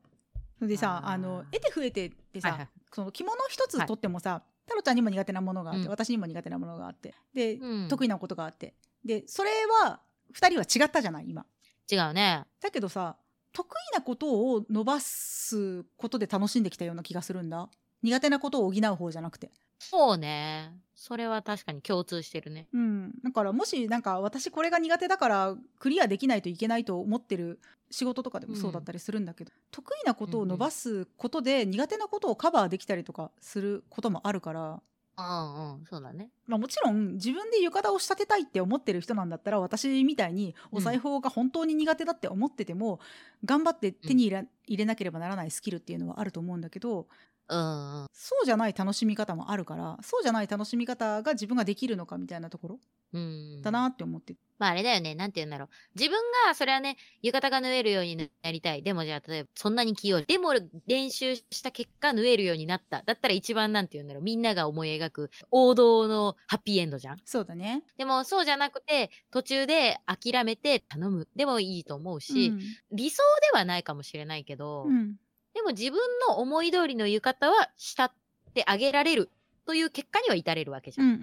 S1: うでさ
S2: あー
S1: あの得て増えてってさ、
S2: はいはい
S1: その着物一つ取ってもさ、太郎ちゃんにも苦手なものがあって、
S2: うん
S1: 私にも苦手なものがあってで、
S2: うん
S1: 得意なことがあってでそれは2人は違ったじゃない今
S2: 違うね。
S1: だけどさ得意なことを伸ばすことで楽しんできたような気がするんだ苦手なことを補う方じゃなくて
S2: そうね。それは確かに共通してるね。
S1: うんだからもしなんか私これが苦手だからクリアできないといけないと思ってる仕事とかでもそうだったりするんだけど、得意なことを伸ばすことで苦手なことをカバーできたりとかすることもあるから、
S2: うんうん、そうだね。
S1: まあ、もちろん自分で浴衣を仕立てたいって思ってる人なんだったら私みたいにお裁縫が本当に苦手だって思ってても、頑張って手に入れ,、入れなければならないスキルっていうのはあると思うんだけど
S2: うんうん。
S1: そうじゃない楽しみ方もあるからそうじゃない楽しみ方が自分ができるのかみたいなところ
S2: うん。
S1: だなって思って
S2: まああれだよね。なんて言うんだろう。自分が、それはね、浴衣が縫えるようになりたい。でもじゃあ、例えば、そんなに器用。でも、練習した結果、縫えるようになった。だったら一番、なんて言うんだろう。みんなが思い描く、王道のハッピーエンドじゃん。
S1: そうだね。
S2: でも、そうじゃなくて、途中で諦めて頼む。でもいいと思うし、理想ではないかもしれないけど、
S1: うんうん
S2: でも自分の思い通りの浴衣は、慕ってあげられる。という結果には至れるわけじゃ
S1: うんうんう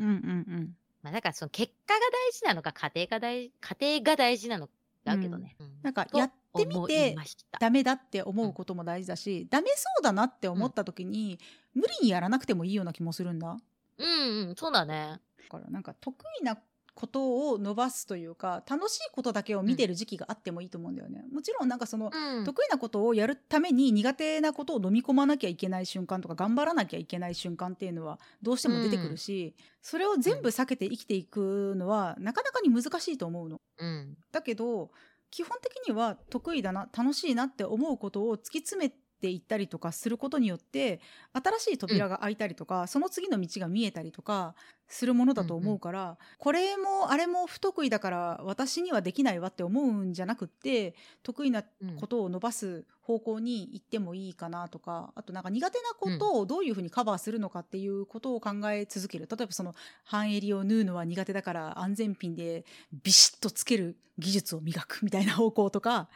S1: ん
S2: まあだからその結果が大事なのか、過程が大事、過程が大事なのかだけどね。
S1: なんか
S2: と
S1: やってみ
S2: 思
S1: て
S2: いました
S1: ダメだって思うことも大事だし、ダメそうだなって思った時に、無理にやらなくてもいいような気もするんだ
S2: うんうん、そうだね。
S1: だからなんか得意なことを伸ばすというか楽しいことだけを見てる時期があってもいいと思うんだよね、もちろんなんかその、
S2: うん。
S1: 得意なことをやるために苦手なことを飲み込まなきゃいけない瞬間とか頑張らなきゃいけない瞬間っていうのはどうしても出てくるし、それを全部避けて生きていくのはなかなかに難しいと思うの。
S2: うん。
S1: だけど基本的には得意だな楽しいなって思うことを突き詰めていったりとかすることによって新しい扉が開いたりとか、その次の道が見えたりとかするものだと思うから、これもあれも不得意だから私にはできないわって思うんじゃなくって得意な
S2: うん
S1: ことを伸ばす方向に行ってもいいかなとか、あとなんか苦手なことをどういうふうにカバーするのかっていうことを考え続ける。例えばその半襟を縫うのは苦手だから安全ピンでビシッとつける技術を磨くみたいな方向とか、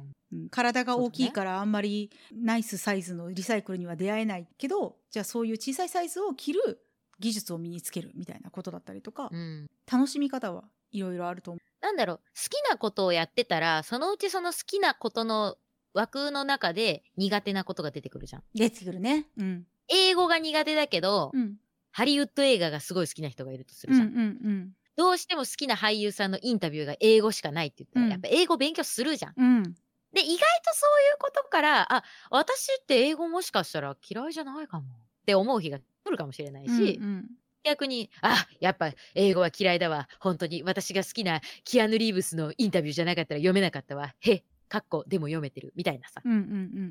S1: う
S2: ー
S1: ん体が大きいからあんまりナイスサイズのリサイクルには出会えないけど、じゃあそういう小さいサイズを着る技術を身につけるみたいなことだったりとか、
S2: うん。
S1: 楽しみ方はいろいろあると思
S2: なんだろう、好きなことをやってたら、そのうちその好きなことの枠の中で苦手なことが出てくるじゃん。
S1: う。出てくるね。うん。
S2: 英語が苦手だけど、
S1: うん。
S2: ハリウッド映画がすごい好きな人がいるとす
S1: う
S2: る
S1: ん
S2: じ
S1: う
S2: ゃん。
S1: ん
S2: どうしても好きな俳優さんのインタビューが英語しかないって言ったら、
S1: うん
S2: やっぱ英語勉強するじゃん。
S1: うん。うん。
S2: で、意外とそういうことから、あ、私って英語もしかしたら嫌いじゃないかもって思う日が来るかもしれないし、
S1: うんうん
S2: 逆に、あ、やっぱ英語は嫌いだわ。本当に私が好きなキアヌ・リーブスのインタビューじゃなかったら読めなかったわ。へ、かっこ、でも読めてる。みたいなさ。
S1: うんうん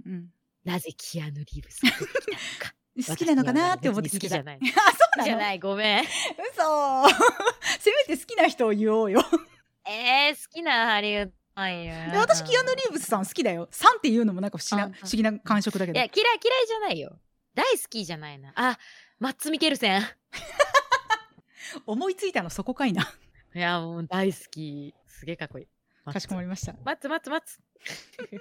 S1: うん
S2: なぜキアヌ・リーブスが出てきたのか。
S1: うん。好きなのかなって思って聞い
S2: 好き
S1: て
S2: じ
S1: た。
S2: ゃ
S1: あ、
S2: ない。
S1: そうなの
S2: じゃない、ごめん。
S1: 嘘 せめて好きな人を言おうよ。
S2: えー、好きなハリウッド俳優。
S1: で私、キアヌ・リーブスさん好きだよ。さんっていうのもなんか不思議な
S2: あ
S1: 不思議な感触だけ
S2: い
S1: ど
S2: や、。嫌い、嫌いじゃないよ。大好きじゃないな。あ、マッツ・ミケルセン。
S1: 思いついたのそこかいな。
S2: いや、もう大好き。すげえかっこいい。
S1: かしこま
S2: り。
S1: りました。
S2: 待つ待つ待つ。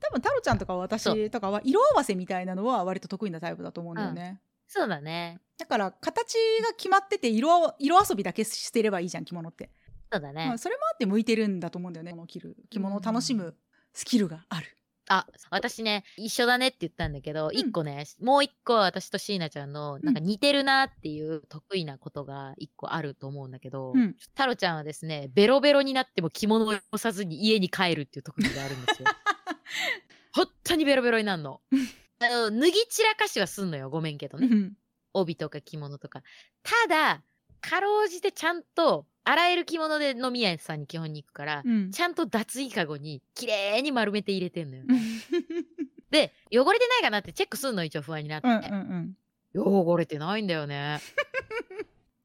S1: 多分、太郎ちゃんとか
S2: そう
S1: 私とかは色合わせみたいなのは割と得意なタイプだと思うんだよね。
S2: そうだね。
S1: だから、形が決まってて色あ、色遊びだけしてればいいじゃん、着物って。
S2: そうだ
S1: ま
S2: ね
S1: あ、。それもあって向いてるんだと思うんだよね。この着る着物を楽しむスキルがある。
S2: あ、私ね、一緒だねって言ったんだけど、
S1: ん
S2: 一、個ね、もう一個私と椎名ちゃんの、なんか
S1: うん
S2: 似てるなっていう得意なことが一個あると思うんだけど、
S1: うん
S2: ちょっと太郎ちゃんはですね、ベロベロになっても着物を汚さずに家に帰るっていう特技があるんで すよ。本当にベロベロになるの。あの脱ぎ散らかしはすんのよ、ごめんけど
S1: う
S2: ね。
S1: ん
S2: 帯とか着物とか。ただ、かろうじてちゃんと、洗える着物で飲み屋さんに基本に行くから、
S1: うん
S2: ちゃんと脱衣かごに、綺麗に丸めて入れてんのよ。で、汚れてないかなってチェックすんの、一応不安になって。
S1: うんうんうん
S2: 汚れてないんだよね。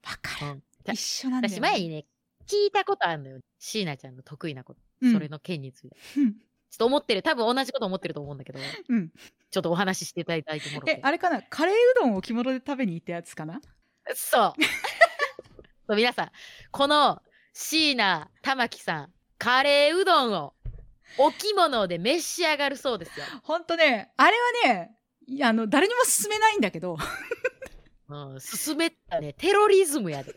S1: わかる、
S2: うん
S1: 一緒なんだよ、
S2: 私前にね、聞いたことあるのよ。椎名ちゃんの得意なこと。
S1: うん
S2: それの件について。
S1: うん
S2: ちょっと思ってる。多分同じこと思ってると思うんだけど、
S1: うん
S2: ちょっとお話ししていただいてもら
S1: え
S2: って。
S1: あれかなカレーうどんを着物で食べに行ったやつかな
S2: そう。 そう皆さん、この椎名玉木さん、カレーうどんをお着物で召し上がるそうですよ。
S1: ほんとねあれはねいやあの誰にも勧めないんだけど だ
S2: うん、進めたね、テロリズムやで。
S1: っ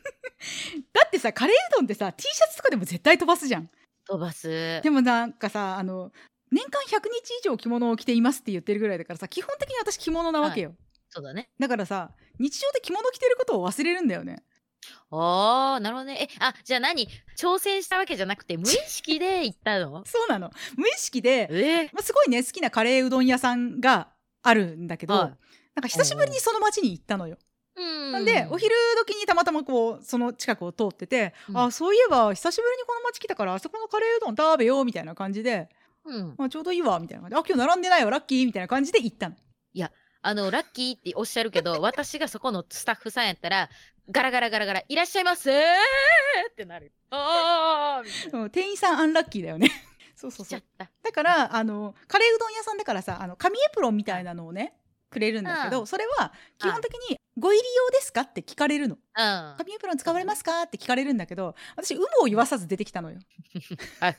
S1: てさカレーうどんってさ T シャツとかでも絶対飛ばすじゃん
S2: 飛ばす
S1: で。もなんかさあの年間100日以上着物を着ていますって言ってるぐらいだからさ基本的に私着物なわけよ、
S2: そうだね。
S1: だからさ日常で着物着てることを忘れるんだよね
S2: ああ、なるほどね。え、あ、じゃあ何挑戦したわけじゃなくて、無意識で行っ たの
S1: そうなの無意識で、
S2: え
S1: まあ、すごいね好きなカレーうどん屋さんがあるんだけど、
S2: はい
S1: なんか久しぶりにその町に行ったのよ、
S2: うん。
S1: なんでお昼時にたまたまこうその近くを通ってて、
S2: うん
S1: あそういえば久しぶりにこの町来たからあそこのカレーうどん食べようみたいな感じで、
S2: うん。
S1: まあ、ちょうどいいわみたいな感じであ今日並んでないわラッキーみたいな感じで行ったの
S2: あの、ラッキーっておっしゃるけど、私がそこのスタッフさんやったら、ガラガラガラガラ、いらっしゃいませーってなるよ。ああみたいな。
S1: うん店員さんアンラッキーだよね そうそう
S2: 来ち
S1: そ
S2: ゃ
S1: う
S2: った。
S1: だからあのカレーうどん屋さんだからさあの紙エプロンみたいなのをねくれるんだけ
S2: う
S1: どそれは基本的に「ご入り用ですか?」って聞かれるの「
S2: うん。
S1: 紙エプロン使われますか?」って聞かれるんだけど私有無を言わさず出てきたのよ
S2: はい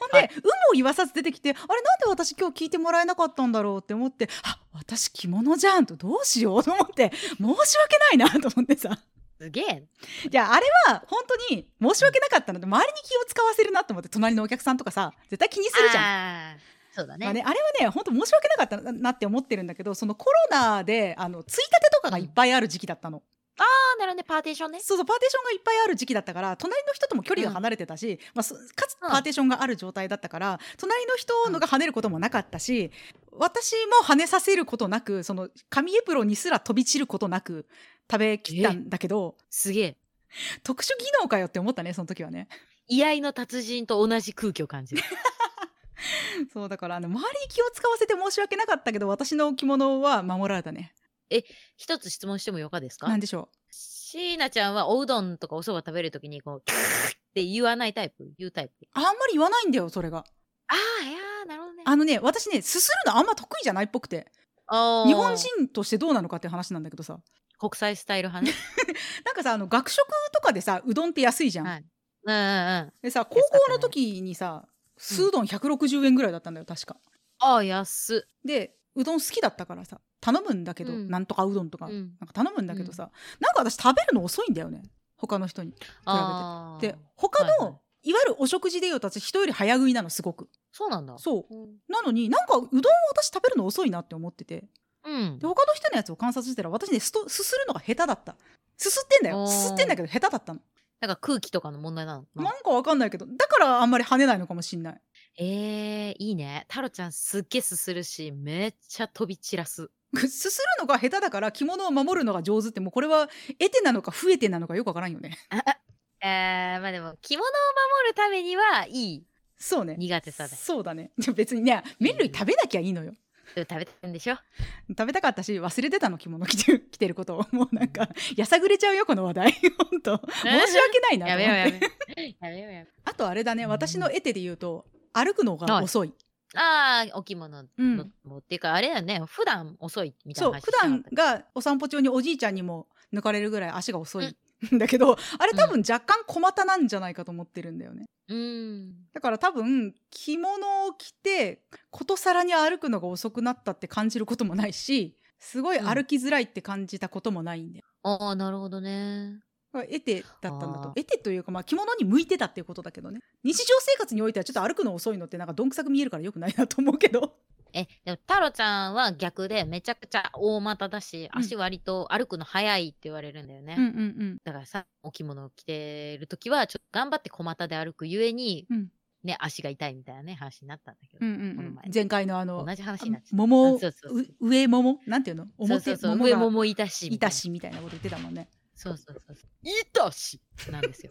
S1: ほん
S2: は
S1: で有無を言わさず出てきてあれなんで私今日聞いてもらえなかったんだろうって思って「あ私着物じゃん」とどうしようと思って申し訳ないなと思って さ
S2: すげえ。
S1: じゃああれは本当に申し訳なかったので周りに気を使わせるなと思って隣のお客さんとかさ絶対気にするじゃん。
S2: ゃん。そうだ
S1: まあ
S2: ね。
S1: ね、あれはね本当申し訳なかったななって思ってるんだけどそのコロナであのついたてとかがいっぱいある時期だったの、
S2: ああ、なるほどね。パーテーションね。
S1: そうそうパーテーションがいっぱいある時期だったから隣の人とも距離が離れてたし、まあ、そかつ
S2: うん
S1: パーテーションがある状態だったから隣の人のが跳ねることもなかったし私も跳ねさせることなくその紙エプロンにすら飛び散ることなく食べきったんだけど
S2: すげえ。
S1: 特殊技能かよって思ったねその時はね
S2: 居合の達人と同じ空気を感 じる。
S1: そうだからあの周りに気を使わせて申し訳なかったけど私の着物は守られたね
S2: 一つ質問してもよかですか
S1: 何でしょ
S2: 椎名ちゃんはおうどんとかお蕎麦食べるときに、こう、キューって言わないタイプ言うタイプ
S1: うあんまり言わないんだよそれが
S2: ああ、いやー、なるほどね。
S1: あのね私ねすするのあんま得意じゃないっぽくて
S2: あー
S1: 日本人としてどうなのかっていう話なんだけどさ
S2: 国際スタイル 派ね。
S1: なんかさあの学食とかでさうどんって安いじゃん、
S2: はいうんうんうん。
S1: でさ高校の時にさ酢うどん160円ぐらいだったんだよ確か
S2: ああ、安っ。
S1: でうどん好きだったからさ頼むんだけど、
S2: うん
S1: なんとかうどんとか、
S2: う
S1: なん
S2: ん。
S1: か頼むんだけどさ、なんか私食べるの遅いんだよね他の人に
S2: ああ。
S1: で他の、
S2: はい
S1: い
S2: はい
S1: わゆるお食事で言うと私人より早食いなのすごく
S2: そうなんだ。
S1: そう
S2: うん。
S1: なのになんかうどんを私食べるの遅いなって思ってて
S2: うん
S1: で。他の人のやつを観察してたら私ねすとすするのが下手だったすすってんだよ
S2: おー
S1: すすってんだけど下手だったの、
S2: なんか空気とかの問題なのかな。
S1: なんかわかんないけどだからあんまり跳ねないのかもしんない
S2: ええいいね。タロちゃんすっげえすするし、めっちゃ飛び散らす。
S1: すするのが下手だから着物を守るのが上手ってもうこれは得てなのか増えてなのかよくわからんよね
S2: えー、まあでも、着物を守るためには、いい
S1: そうね
S2: 苦手さで。
S1: そうだね でも別にね麺類食べなきゃいいのよ
S2: でも食べてるんでしょ
S1: 食べたかったし忘れてたの着物着てる着てることをもうなんかやさぐれちゃうよこの話題 本当申し訳ないなと
S2: や
S1: 思
S2: め
S1: って
S2: ようやめよう。やめようやめよ
S1: あとあれだね
S2: うん
S1: 私の得手で言うと歩くのが遅い、
S2: うああ、お着物の、
S1: うん
S2: もっていうか、あれやね、普段遅いみたい
S1: そう
S2: な話
S1: 普
S2: してなか
S1: 段
S2: ったっけ
S1: がお散歩中におじいちゃんにも抜かれるぐらい足が遅いんだけど、あれ多分若干小股なんじゃないかと思ってるんだよね
S2: うん。
S1: だから多分着物を着てことさらに歩くのが遅くなったって感じることもないしすごい歩きづらいって感じたこともないんだよ、
S2: ああ、なるほどね。
S1: だから得手だったんだ
S2: あー
S1: と得手というか、まあ、着物に向いてたっていうことだけどね日常生活においてはちょっと歩くの遅いのってなんかどんくさく見えるからよくないなと思うけど
S2: え、でも、タロちゃんは逆で、めちゃくちゃ大股だし、
S1: うん
S2: 足割と歩くの早いって言われるんだよね。
S1: うんうんうん
S2: だからさ、お着物を着てるときは、ちょっと頑張って小股で歩くゆえに、
S1: うん
S2: ね、足が痛いみたいなね、話になったんだけど、
S1: うんうん
S2: こ
S1: う
S2: の
S1: ん
S2: 前、
S1: 前回のあの
S2: 同じ話になっちゃった。
S1: 桃を
S2: そうそうそう
S1: う上桃なんていうの
S2: そう
S1: 表
S2: そうそう
S1: 桃
S2: 上
S1: が
S2: ももいたし。
S1: いた。しみたいなこと言ってたもんね
S2: そうそうそうそう。いたしなんですよ。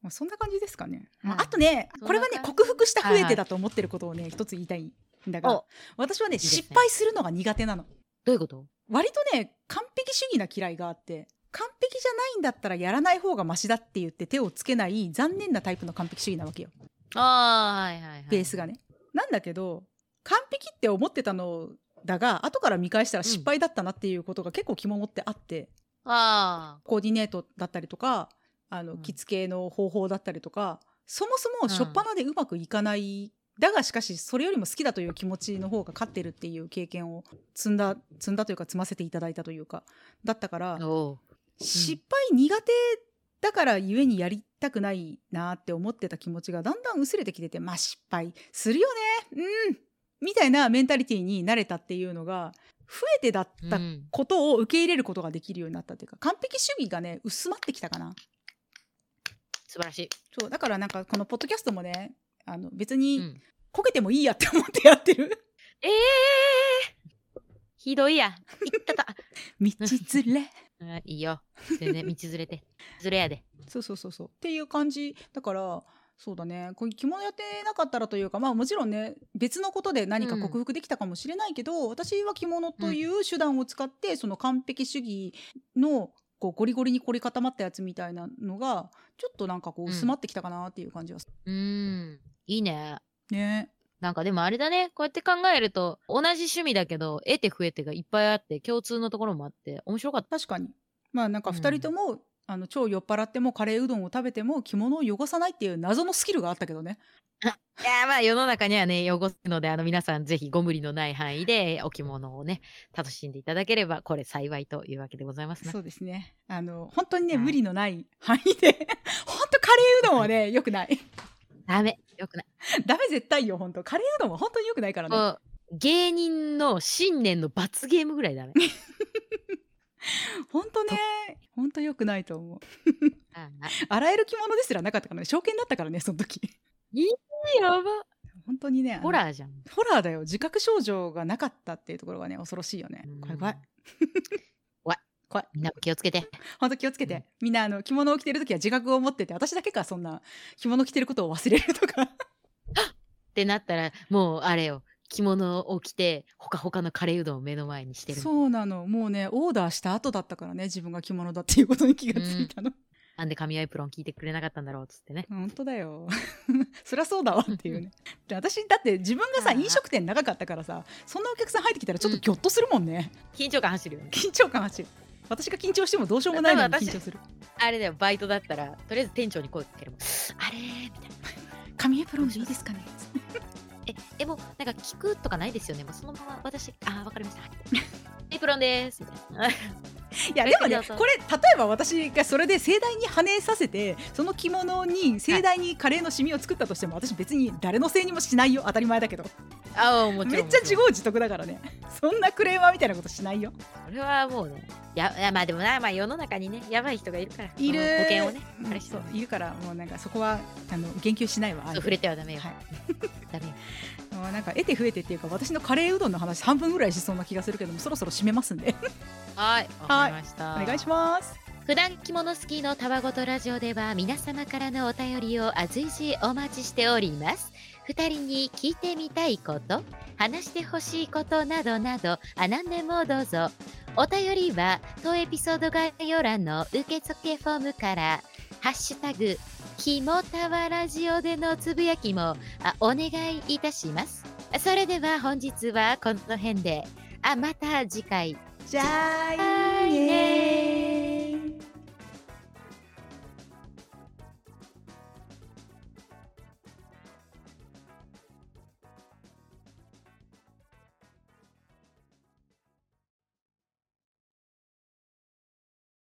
S1: もうそんな感じですかね、まあ
S2: はい
S1: あとね
S2: そんな
S1: これはね
S2: 感じ
S1: 克服した増え
S2: はいは
S1: て
S2: い
S1: だと思ってることをね一つ言いたいんだが
S2: おど
S1: 私はね
S2: いですね
S1: 失敗するのが苦手なの
S2: ういうこと
S1: 割とね完璧主義な嫌いがあって完璧じゃないんだったらやらない方がマシだって言って手をつけない残念なタイプの完璧主義なわけよ
S2: ああ、はいはいはい。
S1: ベースがね。なんだけど完璧って思ってたのだが後から見返したら失敗だったなっていうことが結構肝持ってあって、
S2: あ
S1: コーディネートだったりとかあの
S2: うん
S1: 着付けの方法だったりとか、そもそも初っ端でうまくいかない、だがしかしそれよりも好きだという気持ちの方が勝ってるっていう経験を積んだ積んだというか積ませていただいたというかだったから
S2: あ。おう
S1: 失敗苦手だからゆえにやりたくないなって思ってた気持ちがだんだん薄れてきててまあ失敗するよねうんみたいなメンタリティーに慣れたっていうのが増えてだった
S2: うん
S1: ことを受け入れることができるようになったというか完璧主義がね薄まってきたかな
S2: 素晴らしい。
S1: そうだからなんかこのポッドキャストもねあの別に
S2: ん
S1: こけてもいいやって思ってやってる
S2: ええひどいや。いったた。
S1: 「道連れ
S2: うんいいよ。全然道ずれて。ずれやで。」
S1: そうそうそうそうっていう感じだからそうだねこういう着物やってなかったらというかまあもちろんね別のことで何か克服できたかもしれないけど、私は着物という手段を使ってその完璧主義のこうゴリゴリに凝り固まったやつみたいなのがちょっとなんかこう薄まってきたかなっていう感じはする、
S2: うーん。いいね。
S1: ね。
S2: なんかでもあれだね。こうやって考えると、同じ趣味だけど、得て増えてがいっぱいあって、共通のところもあって、面白かった。
S1: 確かにまあなんか
S2: うん
S1: 2人とも、あの超酔っ払ってもカレーうどんを食べても着物を汚さないっていう謎のスキルがあったけどね
S2: いやーまあ世の中にはね、汚すので、あの皆さんぜひご無理のない範囲でお着物をね、楽しんでいただければ、これ幸いというわけでございますね。
S1: そうですねあの本当にね、
S2: はい
S1: 無理のない範囲で 本当カレーうどんはねよくない
S2: ダメ。よくない。
S1: ダメ絶対よ本当カレーうどんは本当によくないからね
S2: こう芸人の新年の罰ゲームぐらいダメ。
S1: 本当ね本当よくないと思う
S2: ああ
S1: 洗える着物ですらなかったからね証券だったからねその時
S2: やば。
S1: 本当にねあの
S2: ホラーじゃん。
S1: ホラーだよ自覚症状がなかったっていうところがね恐ろしいよね怖い怖い
S2: うん。怖い。
S1: 怖い
S2: みんなも気をつけて。
S1: 本当気をつけて、
S2: うん
S1: みんなあの着物を着てる時は自覚を持ってて私だけかそんな着物着てることを忘れるとか
S2: ってなったら、もうあれよ。着物を着て、ほかほかのカレーうどんを目の前にしてる。
S1: そうなのもうねオーダーした後だったからね自分が着物だっていうことに気がついたの、
S2: なんで神アイプロン聞いてくれなかったんだろうっつってね。
S1: 本当だよそりゃそうだわっていうねで私だって自分がさ
S2: あー
S1: 飲食店長かったからさそんなお客さん入ってきたらちょっとギョッとするもんね、
S2: 緊張感走るよね。
S1: 緊張感走る私が緊張してもどうしようもないのに
S2: 多分私
S1: 緊張する
S2: あれだよ、バイトだったら、とりあえず店長に声かけるもん。あれーみたいな。
S1: 紙エプロンでいいですかね
S2: え、え、もう、なんか聞くとかないですよね。もうそのまま私、あー、わかりました。はいエプロンでーす。みたいない
S1: やでもねこれ例えば私がそれで盛大に跳ねさせてその着物に盛大にカレーのシミを作ったとしても、私別に誰のせいにもしないよ当たり前だけど
S2: ああ、もち
S1: め
S2: ろん。
S1: っちゃ
S2: も
S1: 自
S2: ろん
S1: 業自得だからねそんなクレーマーみたいなことしないよ
S2: それはもうね。いや、いやまあでもな、まあ世の中にね、やばい人がいるから。
S1: いる
S2: その保険をね、
S1: うん
S2: 彼氏
S1: そ
S2: と
S1: ういるからもうなんかそこはあの言及しないわあえて
S2: 触れてはダメよ。
S1: はい
S2: ダメよ。
S1: もうなんか得て増えてっていうか私のカレーうどんの話半分ぐらいしそうな気がするけどもそろそろ締めますんで
S2: はい。わかりました。
S1: お願いします
S3: 普段着物スキーのたわごとラジオでは皆様からのお便りを随時お待ちしております二人に聞いてみたいこと話してほしいことなどなどあ何でもどうぞお便りは当エピソード概要欄の受付フォームからハッシュタグひもたわラジオでのつぶやきもあお願いいたしますそれでは本日はこの辺であまた次回
S1: じゃあ
S3: いね